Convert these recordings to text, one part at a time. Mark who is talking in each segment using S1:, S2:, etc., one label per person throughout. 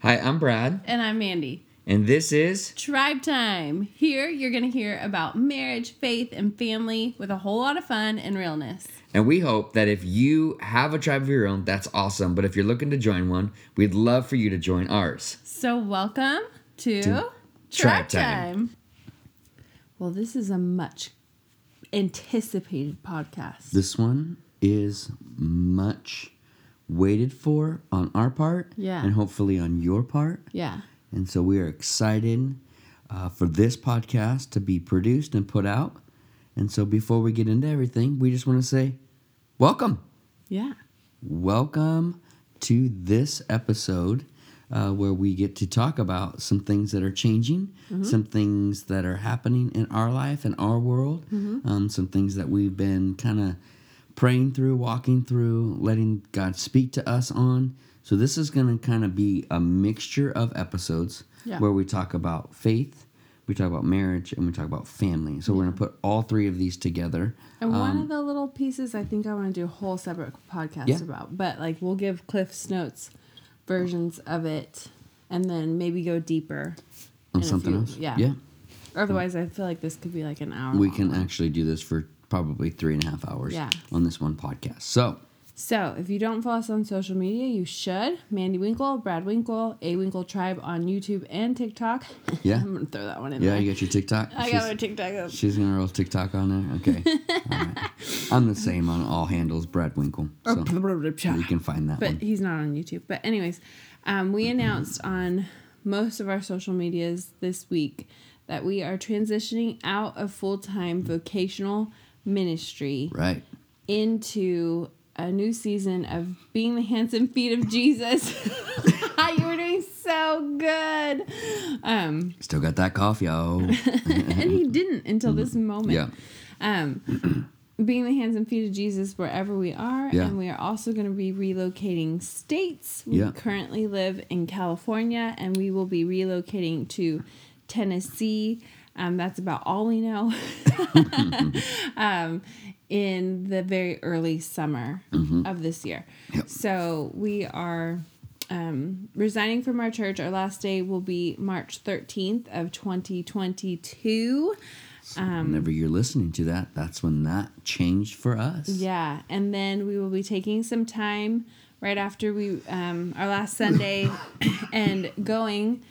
S1: Hi, I'm Brad,
S2: And I'm Mandy.
S1: and this is
S2: Tribe Time. Here you're going to hear about marriage, faith, and family with a whole lot of fun and realness.
S1: and we hope that if you have a tribe of your own, that's awesome. But if you're looking to join one, we'd love for you to join ours.
S2: So, welcome to,
S1: Tribe
S2: Tribe
S1: Time.
S2: Time. Well, this is a much anticipated podcast.
S1: This one is much waited for on our part,
S2: Yeah.
S1: and hopefully on your part.
S2: Yeah.
S1: And so we are excited uh, for this podcast to be produced and put out. And so before we get into everything, we just want to say welcome.
S2: Yeah.
S1: Welcome to this episode uh, where we get to talk about some things that are changing,
S3: Mm-hmm.
S1: some things that are happening in our life and our world,
S3: Mm-hmm.
S1: um, some things that we've been kind of praying through, walking through, letting God speak to us on. So, this is going to kind of be a mixture of episodes
S2: Yeah.
S1: where we talk about faith, we talk about marriage, and we talk about family. So, we're going to put all three of these together.
S3: And one of the little pieces I think I want to do a whole separate podcast
S1: Um, Yeah.
S3: about, but like we'll give Cliff's notes versions of it and then maybe go deeper
S1: On
S3: in a
S1: something
S3: few-
S1: else?
S3: Yeah.
S1: Yeah.
S3: Otherwise, I feel like this could be like an hour.
S1: we
S3: long.
S1: can actually do this for probably three and a half hours
S3: Yeah.
S1: on this one podcast. So
S3: So if you don't follow us on social media, you should. Mandy Winkle, Brad Winkle, A Winkle Tribe on YouTube and TikTok.
S1: Yeah.
S3: I'm going to throw that one in
S1: yeah,
S3: there.
S1: you got your TikTok.
S3: I got my TikTok up.
S1: She's gonna roll TikTok on there. Okay, all right. I'm the same on all handles, Brad Winkle. So you can find that
S3: but
S1: one.
S3: he's not on YouTube. But anyways, um, we announced on most of our social medias this week that we are transitioning out of full time vocational ministry
S1: Right.
S3: into a new season of being the hands and feet of Jesus. you were doing so good, um,
S1: Still got that cough, yo.
S3: and he didn't until this moment.
S1: yeah.
S3: Um, being the hands and feet of Jesus wherever we are,
S1: Yeah.
S3: and we are also going to be relocating states. We
S1: Yeah.
S3: currently live in California, and we will be relocating to Tennessee. Um, that's about all we know. um, in the very early summer of this year,
S1: Mm-hmm. Yep.
S3: so we are. Um, resigning from our church, our last day will be March 13th of 2022. Um,
S1: Whenever you're listening to that, that's when that changed for us.
S3: Yeah, and then we will be taking some time right after we um, our last Sunday and going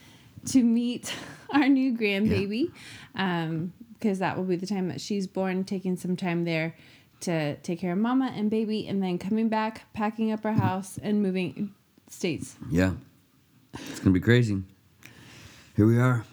S3: to meet our new grandbaby um, because that will be the time that she's born. Taking some time there to take care of mama and baby, and then coming back, packing up our house, and moving states.
S1: Yeah. It's gonna be crazy. Here we are.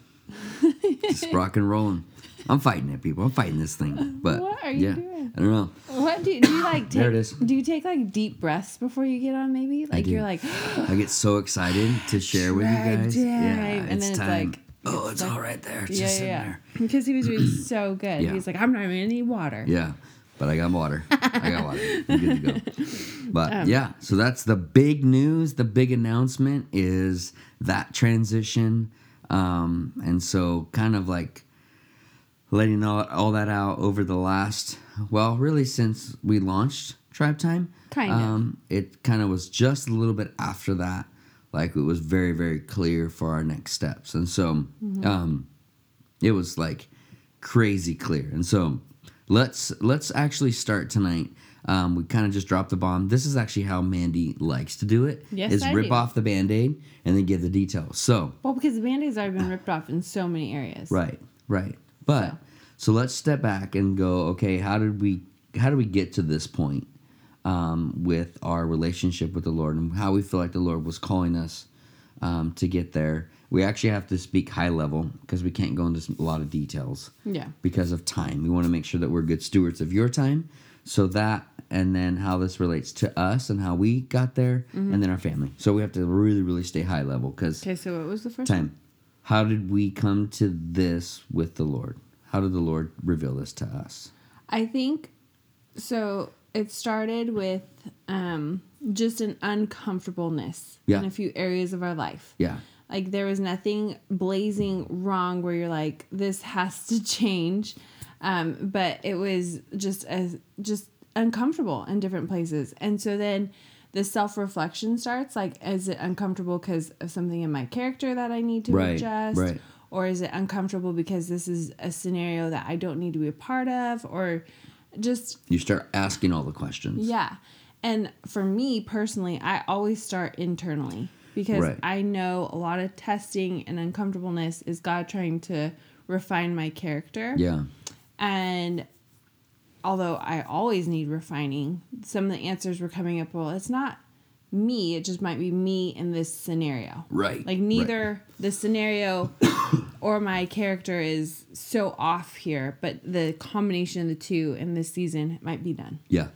S1: Just rock and rolling. I'm fighting it, people. I'm fighting this thing. But
S3: What are you
S1: yeah,
S3: doing?
S1: I don't know.
S3: What do you, do you like? Take,
S1: There it is.
S3: Do you take like deep breaths before you get on? Maybe like
S1: do.
S3: you're like.
S1: I get so excited to share with you
S3: Tribe
S1: guys.
S3: time.
S1: Yeah,
S3: And
S1: it's
S3: then it's
S1: time.
S3: like-
S1: oh, it's all right there. It's
S3: Yeah,
S1: just
S3: yeah,
S1: sitting
S3: yeah.
S1: there.
S3: Because he was doing so good.
S1: Yeah.
S3: He's like, I'm not even in any water.
S1: Yeah, but I got water. I got water. I'm good to go. But
S3: Um,
S1: yeah, so that's the big news. The big announcement is that transition, um, and so kind of like letting all, all that out over the last well, really since we launched Tribe Time.
S3: Kind of.
S1: Um, it kind of was just a little bit after that. Like it was very very clear for our next steps, and so.
S3: Mm-hmm.
S1: Um, it was like crazy clear and so let's let's actually start tonight um, we kind of just dropped the bomb this is actually how mandy likes to do it
S3: Yes,
S1: is
S3: I
S1: rip
S3: do.
S1: off the band-aid and then give the details so
S3: Well, because the band aids already been ripped off in so many areas.
S1: right right but so. let's step back and go okay how did we how did we get to this point um, with our relationship with the lord and how we feel like the lord was calling us um, to get there we actually have to speak high level because we can't go into s- a lot of details
S3: Yeah.
S1: because of time. We want to make sure that we're good stewards of your time. So that and then how this relates to us and how we got there and then our family. So we have to really really stay high level cuz
S3: Okay, so what was the first
S1: time. How did we come to this with the Lord? How did the Lord reveal this to us?
S3: I think so. It started with um, just an uncomfortableness
S1: Yeah.
S3: in a few areas of our life.
S1: Yeah.
S3: Like there was nothing blazing wrong where you're like, this has to change. Um, but it was just as just uncomfortable in different places. And so then the self reflection starts. Like, is it uncomfortable because of something in my character that I need to
S1: Right,
S3: adjust?
S1: right.
S3: Or is it uncomfortable because this is a scenario that I don't need to be a part of? Or just
S1: You start asking all the questions.
S3: yeah. And for me personally, I always start internally because
S1: Right.
S3: I know a lot of testing and uncomfortableness is God trying to refine my character.
S1: Yeah.
S3: And although I always need refining, some of the answers were coming up well, it's not me, it just might be me in this scenario.
S1: Right,
S3: Like
S1: right.
S3: neither the scenario or my character is so off here, but the combination of the two in this season might be done.
S1: Yeah.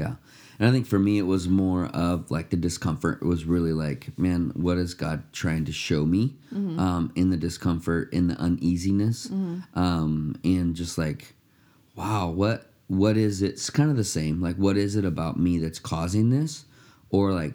S1: Yeah. And I think for me, it was more of like the discomfort. It was really like, man, what is God trying to show me um, in the discomfort, in the uneasiness, um, and just like, wow, what what is it? It's kind of the same. Like, what is it about me that's causing this, or like,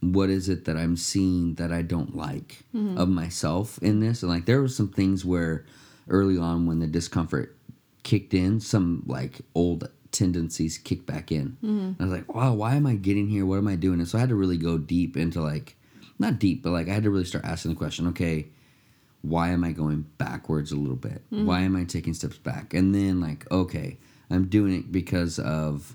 S1: what is it that I'm seeing that I don't like of myself in this? And like there were some things where early on when the discomfort kicked in, some like old tendencies kicked back in. And I was like, wow, why am I getting here? What am I doing? And so I had to really go deep into like not deep, but like I had to really start asking the question, okay, why am I going backwards a little bit? Why am I taking steps back? And then like, okay, I'm doing it because of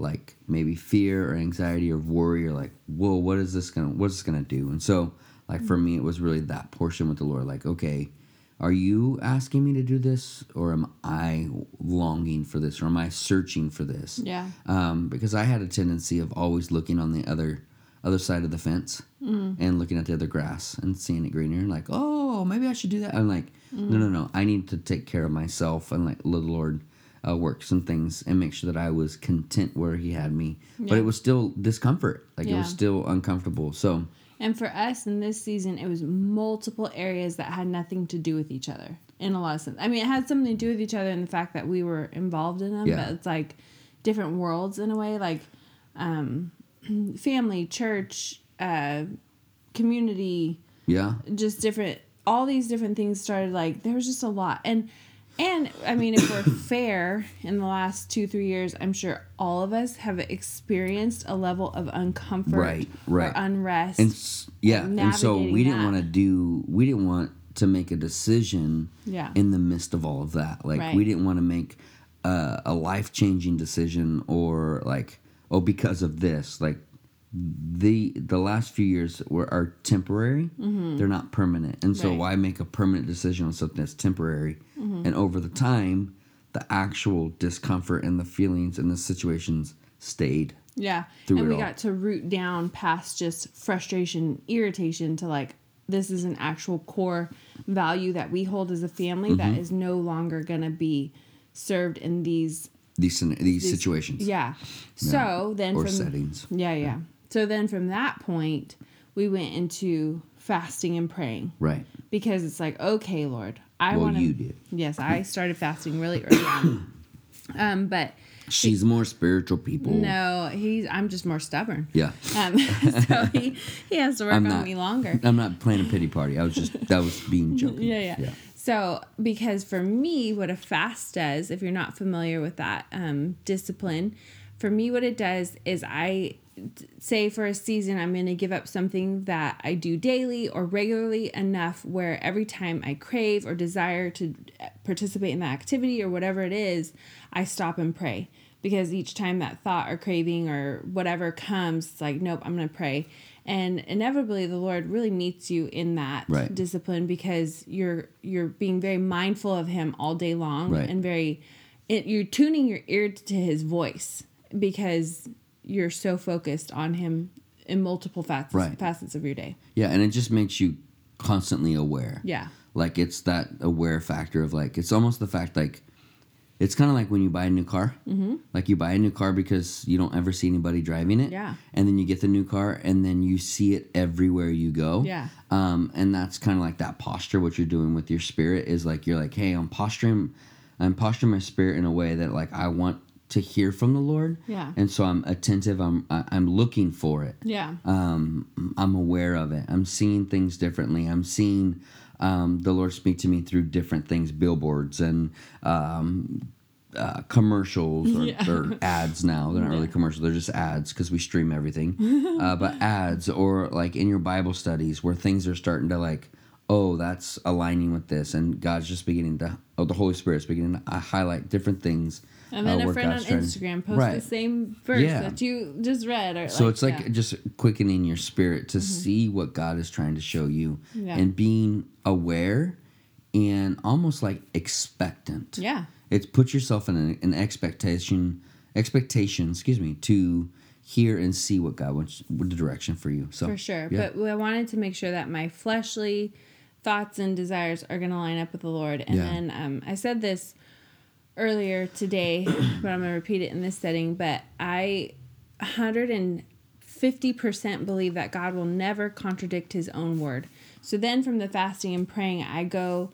S1: like maybe fear or anxiety or worry or like, whoa, what is this gonna what is this gonna do? And so like for me it was really that portion with the Lord, like, okay, are you asking me to do this or am I longing for this or am I searching for this?
S3: Yeah.
S1: um, because I had a tendency of always looking on the other other side of the fence and looking at the other grass and seeing it greener and like, oh, maybe I should do that. I'm like, no, no, no. I need to take care of myself and like let the Lord uh, work some things and make sure that I was content where He had me. But it was still discomfort. Like it was
S3: Yeah.
S1: still uncomfortable. So
S3: And for us in this season, it was multiple areas that had nothing to do with each other in a lot of sense. I mean, it had something to do with each other in the fact that we were involved in them,
S1: Yeah.
S3: but it's like different worlds in a way, like um, family, church, uh, community,
S1: yeah,
S3: just different. All these different things started like there was just a lot, and and I mean, if we're fair, in the last two three years, I'm sure all of us have experienced a level of uncomfort
S1: Right, right.
S3: or unrest.
S1: and s- yeah, and so we
S3: Navigating
S1: didn't
S3: that.
S1: want to do. We didn't want to make a decision.
S3: Yeah.
S1: in the midst of all of that. Like
S3: Right.
S1: we didn't want to make uh, a life changing decision or like oh because of this like the the last few years were are temporary. They're not permanent, and so
S3: Mm-hmm. Right. Mm-hmm.
S1: why make a permanent decision on something that's temporary? And over the time, the actual discomfort and the feelings and the situations stayed.
S3: yeah.
S1: through
S3: and
S1: it
S3: we
S1: all.
S3: got to root down past just frustration, irritation to like this is an actual core value that we hold as a family that
S1: Mm-hmm.
S3: is no longer going to be served in these
S1: These scena- these, situations,
S3: yeah. So then
S1: or
S3: from
S1: settings.
S3: Yeah, yeah. So then from that point, we went into fasting and praying.
S1: right?
S3: because it's like, okay, Lord, I
S1: Well,
S3: want to.
S1: you did.
S3: Yes, I started fasting really early on. Um, but
S1: She's more spiritual people.
S3: no, he's. I'm just more stubborn.
S1: Yeah.
S3: Um, so he he has to work
S1: I'm
S3: on
S1: not.
S3: me longer.
S1: I'm not playing a pity party. I was just that was being joking.
S3: Yeah, yeah, So, because for me, what a fast does, if you're not familiar with that um, discipline, for me, what it does is I t- say for a season, I'm going to give up something that I do daily or regularly enough where every time I crave or desire to uh, participate in that activity or whatever it is, I stop and pray. Because each time that thought or craving or whatever comes, it's like, nope, I'm going to pray. And inevitably, the Lord really meets you in that
S1: Right.
S3: discipline because you're you're being very mindful of him all day long
S1: Right.
S3: and very it, you're tuning your ear to his voice because you're so focused on him in multiple facets
S1: Right.
S3: facets of your day.
S1: Yeah, and it just makes you constantly aware.
S3: Yeah.
S1: Like it's that aware factor of like it's almost the fact like it's kind of like when you buy a new car. Mm-hmm. Like you buy a new car because you don't ever see anybody driving it.
S3: Yeah.
S1: And then you get the new car and then you see it everywhere you go.
S3: Yeah.
S1: Um, and that's kind of like that posture. What you're doing with your spirit is like you're like, hey, I'm posturing, I'm posturing my spirit in a way that like I want to hear from the Lord.
S3: Yeah.
S1: And so I'm attentive. I'm I- I'm looking for it
S3: Yeah.
S1: um, I'm aware of it. I'm seeing things differently. I'm seeing um, the Lord speak to me through different things, billboards and um, uh, commercials or,
S3: Yeah.
S1: or ads now. They're not really commercials, they're just ads because we stream everything. uh, but ads or like in your Bible studies where things are starting to like, oh, that's aligning with this. And God's just beginning to, oh, the Holy Spirit's beginning to uh, highlight different things.
S3: And then
S1: uh,
S3: a
S1: where
S3: friend on
S1: God's trying-
S3: Instagram posts the
S1: Right.
S3: same verse
S1: Yeah.
S3: that you just read. Or
S1: So it's like
S3: yeah. Mm-hmm.
S1: just quickening your spirit to see what God is trying to show you
S3: Yeah.
S1: and being aware and almost like expectant.
S3: Yeah.
S1: It's put yourself in an, an expectation expectation, excuse me, to hear and see what God wants what the direction for you. So
S3: for sure.
S1: yeah.
S3: But I wanted to make sure that my fleshly thoughts and desires are going to line up with the Lord. And
S1: Yeah.
S3: then um, I said this earlier today, but I'm going to repeat it in this setting. But I 150% believe that God will never contradict his own word. So then from the fasting and praying, I go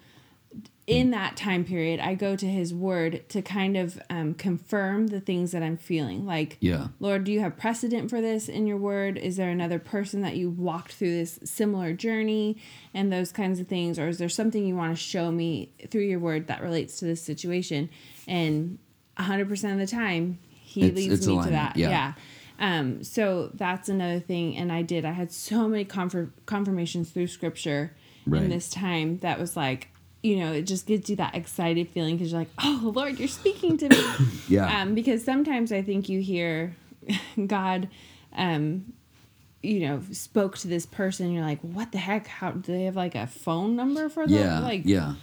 S3: in that time period, I go to his word to kind of um, confirm the things that I'm feeling. Like,
S1: Yeah.
S3: Lord, do you have precedent for this in your word? Is there another person that you walked through this similar journey and those kinds of things? Or is there something you want to show me through your word that relates to this situation? And 100% of the time, he
S1: It's-
S3: leads
S1: it's
S3: me to
S1: alignment,
S3: that.
S1: yeah.
S3: yeah. Um, so that's another thing. And I did, I had so many confir- confirmations through scripture
S1: Right.
S3: in this time that was like, you know, it just gives you that excited feeling because you're like, oh, Lord, you're speaking to me.
S1: Yeah.
S3: Um, because sometimes I think you hear God, um, you know, spoke to this person. You're like, what the heck? How do they have like a phone number for them?
S1: yeah.
S3: Like,
S1: yeah.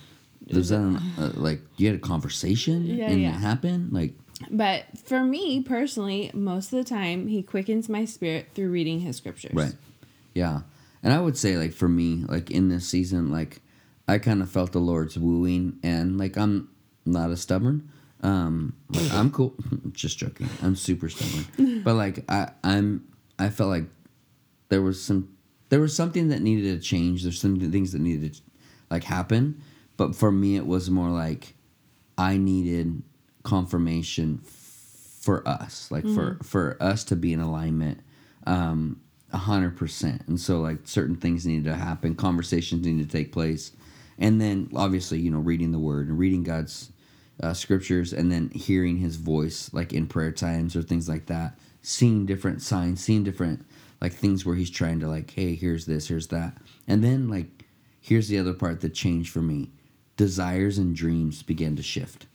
S1: Was that an, uh, like you had a conversation
S3: Yeah,
S1: and
S3: yeah.
S1: it happened? Like
S3: But for me personally, most of the time, he quickens my spirit through reading his scriptures.
S1: Right. Yeah. And I would say like for me, like in this season, like I kind of felt the Lord's wooing and like I'm not as stubborn. Um like, I'm cool. Just joking. I'm super stubborn. but like I I'm I felt like there was some there was something that needed to change. There's some things that needed to like happen. But for me it was more like I needed confirmation for us like for for us to be in alignment um a hundred percent and so like certain things needed to happen conversations needed to take place and then obviously you know reading the word and reading god's uh, scriptures and then hearing his voice like in prayer times or things like that seeing different signs seeing different like things where he's trying to like hey here's this here's that and then like here's the other part that changed for me desires and dreams began to shift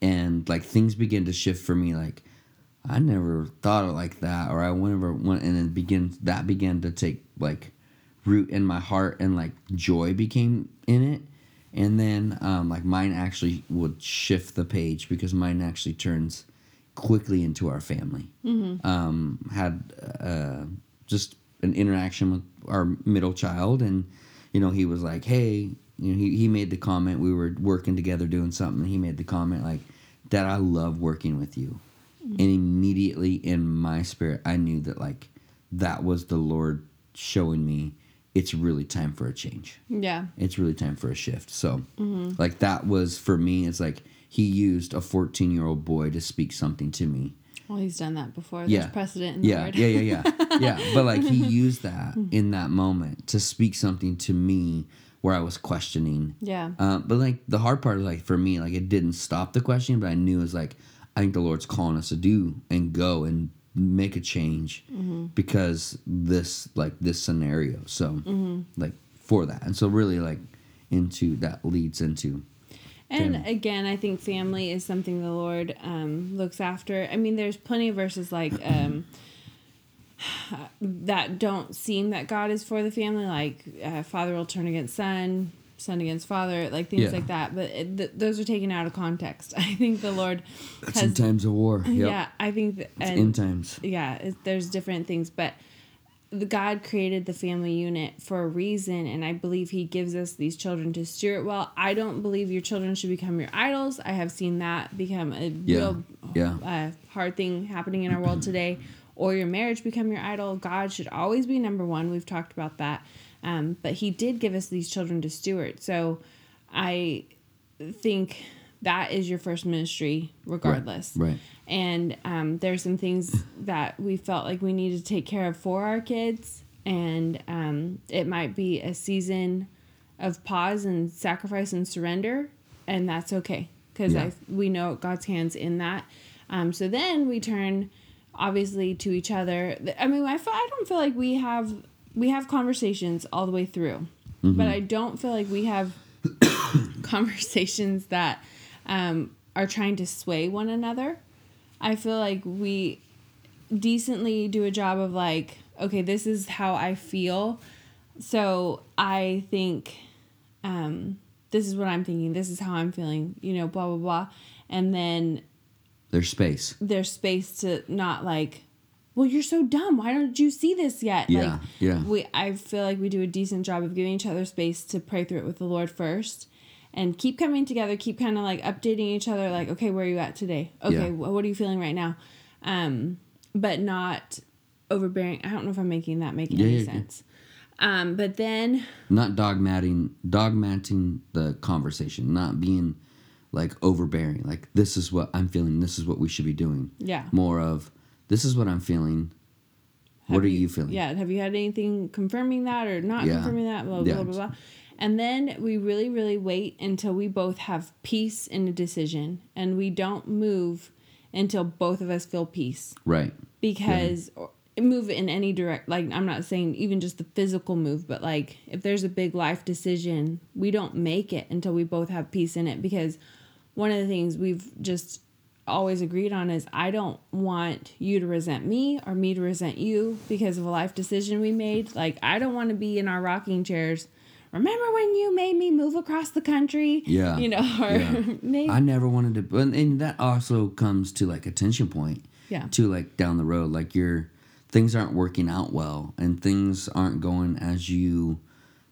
S1: and like things began to shift for me like i never thought of it like that or i never went and then begin that began to take like root in my heart and like joy became in it and then um like mine actually would shift the page because mine actually turns quickly into our family um had uh just an interaction with our middle child and you know he was like hey you know, he, he made the comment we were working together doing something he made the comment like dad i love working with you and immediately in my spirit i knew that like that was the lord showing me it's really time for a change
S3: Yeah.
S1: it's really time for a shift. So, like that was for me. It's like he used a fourteen-year-old boy to speak something to me.
S3: Well, he's done that before.
S1: yeah,
S3: There's precedent in the
S1: yeah,
S3: word. Mm-hmm.
S1: yeah, yeah, yeah, yeah. But like he used that in that moment to speak something to me where I was questioning.
S3: Yeah.
S1: Uh, but like the hard part, like for me, like it didn't stop the question, but I knew it was like I think the Lord's calling us to do and go and make a change
S3: Mm-hmm.
S1: because this like this scenario. So
S3: Mm-hmm.
S1: like for that, and so really like into that leads into
S3: And
S1: Family.
S3: again, I think family is something the Lord um, looks after. I mean, there's plenty of verses like um, that don't seem that God is for the family, like uh, father will turn against son, son against father, like things
S1: Yeah.
S3: like that. But it, th- those are taken out of context. I think the Lord
S1: it's in
S3: has.
S1: times of war. Yep.
S3: Yeah, I think. Th-
S1: It's
S3: and-
S1: in times.
S3: yeah it, there's different things but the god created the family unit for a reason and i believe he gives us these children to steer it well i don't believe your children should become your idols i have seen that become a
S1: Yeah,
S3: real
S1: yeah.
S3: Uh, hard thing happening in our world today or your marriage become your idol god should always be number one we've talked about that um, but he did give us these children to steward so i think that is your first ministry regardless
S1: Right.
S3: and um, there's some things that we felt like we needed to take care of for our kids and um, it might be a season of pause and sacrifice and surrender and that's okay because
S1: Yeah.
S3: we know God's hands in that. Um, so then we turn obviously to each other. Th- I mean, I fe- I don't feel like we have we have conversations all the way through,
S1: Mm-hmm.
S3: but I don't feel like we have conversations that um, are trying to sway one another. I feel like we decently do a job of like, okay, this is how I feel. So I think um, this is what I'm thinking. This is how I'm feeling, you know, blah, blah, blah. And then
S1: There's space.
S3: there's space to not like, well, you're so dumb. Why don't you see this yet?
S1: Yeah,
S3: like,
S1: yeah.
S3: We, I feel like we do a decent job of giving each other space to pray through it with the Lord first and keep coming together, keep kind of like updating each other, like, okay, where are you at today? Okay,
S1: Yeah.
S3: wh- what are you feeling right now? Um, but not overbearing. I don't know if I'm making that make
S1: Yeah,
S3: any
S1: yeah, yeah.
S3: sense. Um, but then
S1: Not dogmating, dogmating the conversation. Not being like overbearing. Like this is what I'm feeling. This is what we should be doing.
S3: Yeah.
S1: More of this is what I'm feeling. what
S3: Have
S1: are you, feeling?
S3: Yeah. Have you had anything confirming that or not
S1: Yeah.
S3: confirming that? Blah, blah,
S1: Yeah.
S3: blah, blah. And then we really, really wait until we both have peace in a decision and we don't move until both of us feel peace
S1: Right.
S3: because or move in any direct, like I'm not saying even just the physical move, but like if there's a big life decision, we don't make it until we both have peace in it because one of the things we've just always agreed on is I don't want you to resent me or me to resent you because of a life decision we made. Like I don't want to be in our rocking chairs. Remember when you made me move across the country?
S1: Yeah.
S3: You know, or
S1: Yeah.
S3: maybe
S1: I never wanted to, and, and that also comes to like a tension point.
S3: Yeah.
S1: To like down the road, like your things aren't working out well, and things aren't going as you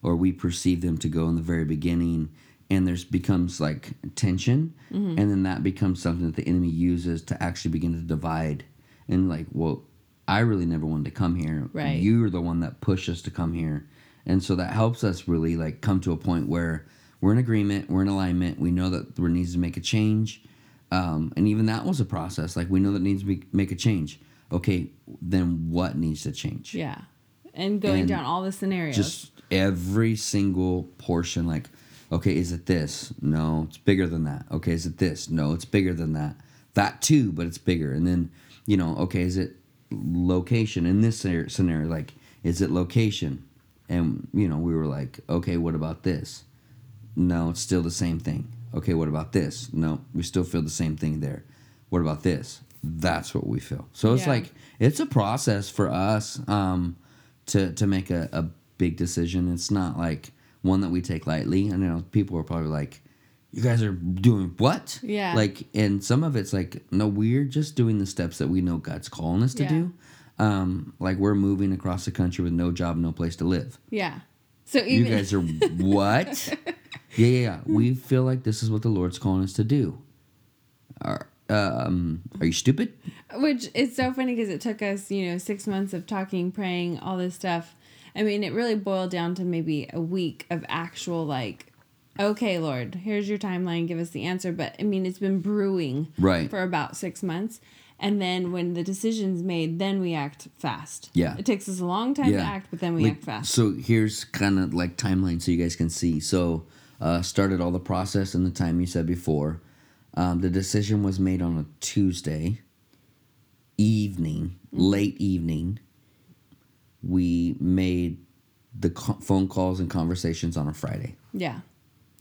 S1: or we perceive them to go in the very beginning, and there's becomes like tension,
S3: Mm-hmm.
S1: and then that becomes something that the enemy uses to actually begin to divide, and like, well, I really never wanted to come here.
S3: Right.
S1: You're the one that pushed us to come here. And so that helps us really like come to a point where we're in agreement, we're in alignment, we know that there needs to make a change. Um, and even that was a process. Like we know that needs to be, make a change. Okay, then what needs to change?
S3: yeah. And going
S1: And
S3: down all the scenarios.
S1: Just every single portion, like, okay, is it this? No, it's bigger than that. Okay, is it this? No, it's bigger than that. That too, but it's bigger. And then, you know, okay, is it location in this scenar- scenario? Like, is it location? And, you know, we were like, okay, what about this? No, it's still the same thing. Okay, what about this? No, we still feel the same thing there. What about this? That's what we feel. So it's
S3: Yeah.
S1: like it's a process for us um, to to make a, a big decision. It's not like one that we take lightly. I know people are probably like, "You guys are doing what?"
S3: Yeah.
S1: Like, and some of it's like, no, we're just doing the steps that we know God's calling us to
S3: Yeah.
S1: do. Um, like we're moving across the country with no job, no place to live
S3: Yeah. So
S1: you
S3: even
S1: guys are what? yeah, yeah, yeah. We feel like this is what the Lord's calling us to do. Are um are you stupid?
S3: which is so funny because it took us, you know, six months of talking, praying, all this stuff. I mean, it really boiled down to maybe a week of actual like, okay, Lord, here's your timeline, give us the answer. But I mean, it's been brewing
S1: Right.
S3: for about six months. And then when the decision's made, then we act fast.
S1: Yeah.
S3: It takes us a long time to act, but then we
S1: Like,
S3: act fast.
S1: So here's kind of like timeline so you guys can see. So uh started all the process in the time you said before. Um, the decision was made on a Tuesday evening,
S3: Mm-hmm.
S1: late evening. We made the co- phone calls and conversations on a Friday.
S3: Yeah.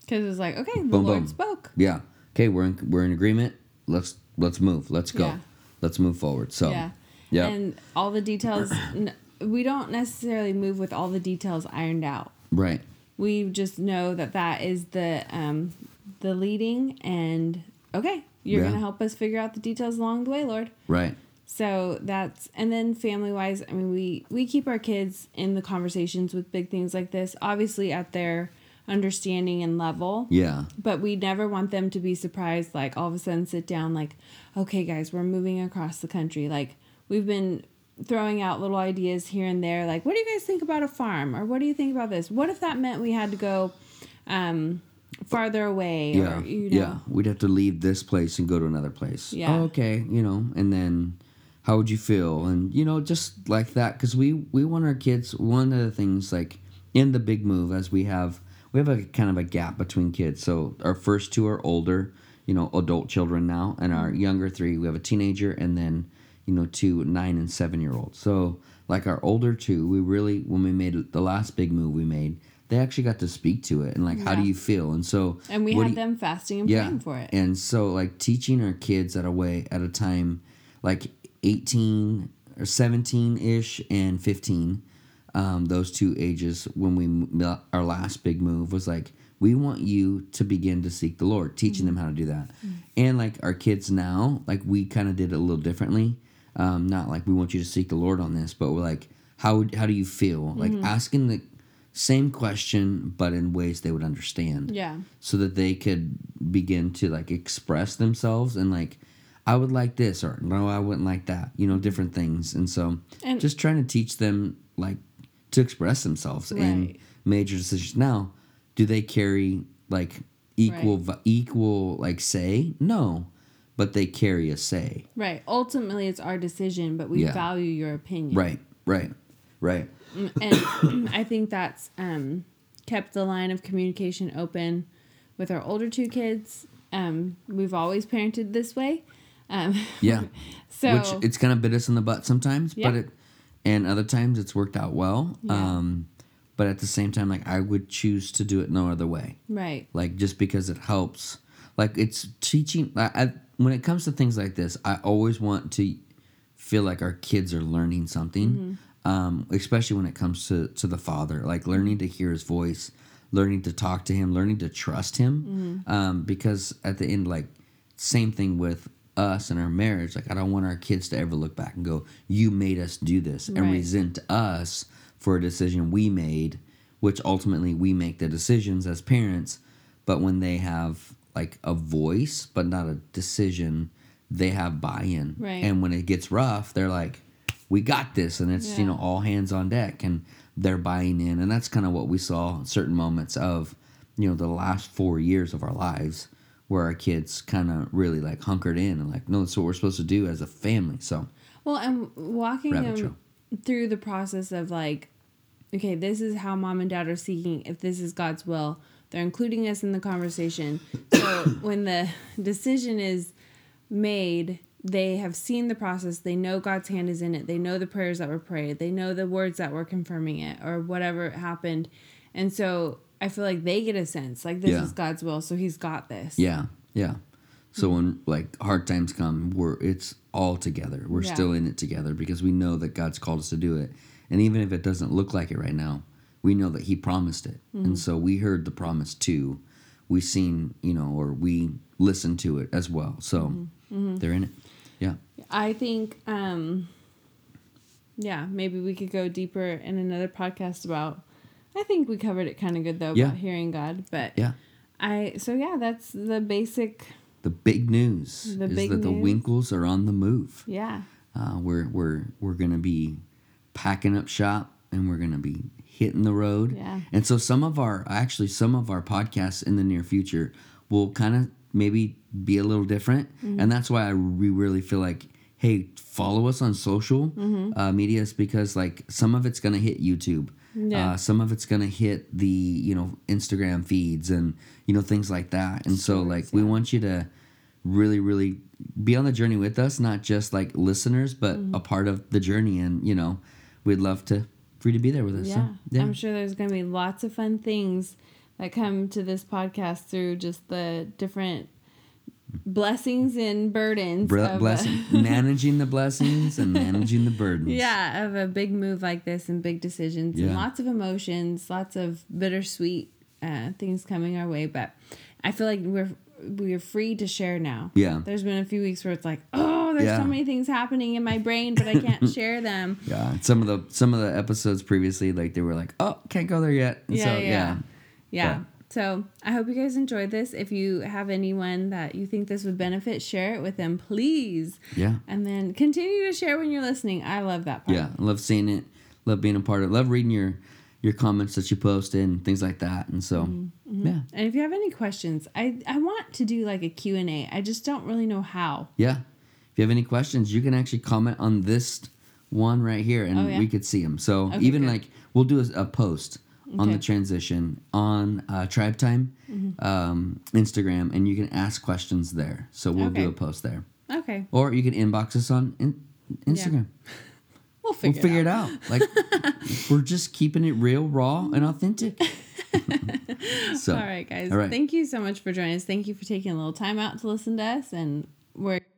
S3: Because it was like, okay, the
S1: Boom,
S3: Lord
S1: boom.
S3: spoke.
S1: yeah okay we're in we're in agreement let's let's move let's go
S3: Yeah.
S1: let's move forward so
S3: Yeah.
S1: yeah
S3: And all the details, n- we don't necessarily move with all the details ironed out.
S1: right
S3: We just know that that is the um, the leading, and okay, you're
S1: Yeah.
S3: gonna help us figure out the details along the way, Lord.
S1: right
S3: So that's and then family wise, I mean we we keep our kids in the conversations with big things like this, obviously at their understanding and level
S1: yeah
S3: but we never want them to be surprised like all of a sudden sit down like okay guys we're moving across the country like we've been throwing out little ideas here and there like what do you guys think about a farm or what do you think about this what if that meant we had to go um farther away
S1: yeah
S3: or you know
S1: yeah we'd have to leave this place and go to another place
S3: Yeah.
S1: oh, okay you know and then how would you feel and you know just like that because we we want our kids one of the things like in the big move as we have we have a kind of a gap between kids so our first two are older you know adult children now, and our
S3: Mm-hmm.
S1: younger three we have a teenager and then you know two nine and seven year olds. So like our older two, we really when we made the last big move we made, they actually got to speak to it and like how do
S3: Yeah.
S1: you feel? And so
S3: And we
S1: what do
S3: had
S1: you-
S3: them fasting and praying for it.
S1: and so like teaching our kids at a way at a time like 18 or 17 ish and 15, um, those two ages when we m- our last big move was like we want you to begin to seek the Lord, teaching
S3: Mm.
S1: them how to do that. And like our kids now, like we kind of did it a little differently. Um, not like we want you to seek the Lord on this, but we're like, how how do you feel? Like
S3: Mm-hmm.
S1: asking the same question, but in ways they would understand
S3: Yeah.
S1: so that they could begin to like express themselves and like I would like this or no I wouldn't like that you know different things and so
S3: And-
S1: just trying to teach them like to express themselves in
S3: Right.
S1: major decisions now do they carry like equal vi- equal like say no but they carry a say
S3: Right. Ultimately, it's our decision, but we
S1: Yeah.
S3: value your opinion.
S1: right right right
S3: and I think that's um, kept the line of communication open with our older two kids. Um, we've always parented this way, um,
S1: yeah
S3: so
S1: which it's kind of bit us in the butt sometimes but
S3: Yeah.
S1: it and other times it's worked out well um but at the same time like i would choose to do it no other way
S3: right,
S1: like just because it helps like it's teaching I, I when it comes to things like this i always want to feel like our kids are learning something um, especially when it comes to to the father like learning to hear his voice learning to talk to him learning to trust him um, because at the end like same thing with us and our marriage like i don't want our kids to ever look back and go you made us do this and
S3: Right.
S1: resent us for a decision we made which ultimately we make the decisions as parents but when they have like a voice but not a decision they have buy-in
S3: Right.
S1: and when it gets rough they're like we got this and it's you
S3: Yeah.
S1: know all hands on deck and they're buying in and that's kind of what we saw in certain moments of you know the last four years of our lives where our kids kind of really like hunkered in and like no that's what we're supposed to do as a family so
S3: Well, and walking
S1: Rabbit
S3: them
S1: trail.
S3: through the process of like, okay, this is how mom and dad are seeking. If this is God's will, they're including us in the conversation. So when the decision is made, they have seen the process. They know God's hand is in it. They know the prayers that were prayed. They know the words that were confirming it or whatever happened. And so I feel like they get a sense like this
S1: Yeah.
S3: is God's will, so He's got this.
S1: Yeah, yeah. So
S3: Hmm.
S1: when like hard times come, we're it's all together. We're
S3: Yeah.
S1: still in it together because we know that God's called us to do it, and even if it doesn't look like it right now, we know that He promised it,
S3: Hmm.
S1: and so we heard the promise too. We seen you know, or we listened to it as well. So
S3: Mm-hmm.
S1: they're in it. Yeah,
S3: I think, um, yeah, maybe we could go deeper in another podcast about. I think we covered it kind of good though
S1: Yeah.
S3: about hearing God, but
S1: yeah.
S3: I so yeah, that's the basic.
S1: The big news
S3: The
S1: is
S3: big
S1: that the
S3: news.
S1: Winkles are on the move.
S3: Yeah,
S1: Uh, we're we're we're gonna be packing up shop and we're gonna be hitting the road.
S3: Yeah.
S1: And so some of our actually some of our podcasts in the near future will kind of maybe be a little different,
S3: Mm-hmm.
S1: and that's why I we really feel like hey follow us on social
S3: Mm-hmm.
S1: uh, medias because like some of it's gonna hit YouTube.
S3: Yeah.
S1: Uh, some of it's gonna hit the you know Instagram feeds and you know things like that, and so
S3: Stories,
S1: like we
S3: yeah.
S1: want you to really really be on the journey with us not just like listeners but
S3: Mm-hmm.
S1: a part of the journey and you know we'd love to for you to be there with us so,
S3: yeah.
S1: yeah
S3: I'm sure there's gonna be lots of fun things that come to this podcast through just the different blessings and burdens.
S1: Bre-
S3: of uh, a-
S1: blessing managing the blessings and managing the burdens
S3: Yeah, of a big move like this and big decisions
S1: Yeah.
S3: and lots of emotions, lots of bittersweet uh, things coming our way. But I feel like we're we're free to share now.
S1: Yeah.
S3: there's been a few weeks where it's like, oh, there's
S1: Yeah.
S3: so many things happening in my brain, but I can't share them.
S1: yeah and some of the some of the episodes previously like they were like oh can't go there yet And
S3: Yeah,
S1: so
S3: yeah, yeah. So I hope you guys enjoyed this. If you have anyone that you think this would benefit, share it with them, please.
S1: Yeah.
S3: And then continue to share when you're listening. I love that part.
S1: yeah I love seeing it love being a part of it love reading your your comments that you post and things like that and so
S3: Mm-hmm.
S1: yeah
S3: And if you have any questions, I, I want to do like a Q&A. I just don't really know how.
S1: Yeah. If you have any questions, you can actually comment on this one right here and
S3: Oh, yeah.
S1: we could see them. So
S3: Okay,
S1: even
S3: good.
S1: like we'll do a, a post on the
S3: Okay. Mm-hmm.
S1: transition on uh, Tribe Time um, Instagram, and you can ask questions there. So we'll do
S3: Okay.
S1: a post there,
S3: Okay.
S1: or you can inbox us on in- Instagram.
S3: We'll
S1: We'll
S3: figure,
S1: figure
S3: it
S1: it out. Like we're just keeping it real, raw, and authentic. so
S3: All right, guys.
S1: All right.
S3: Thank you so much for joining us. Thank you for taking a little time out to listen to us. And we're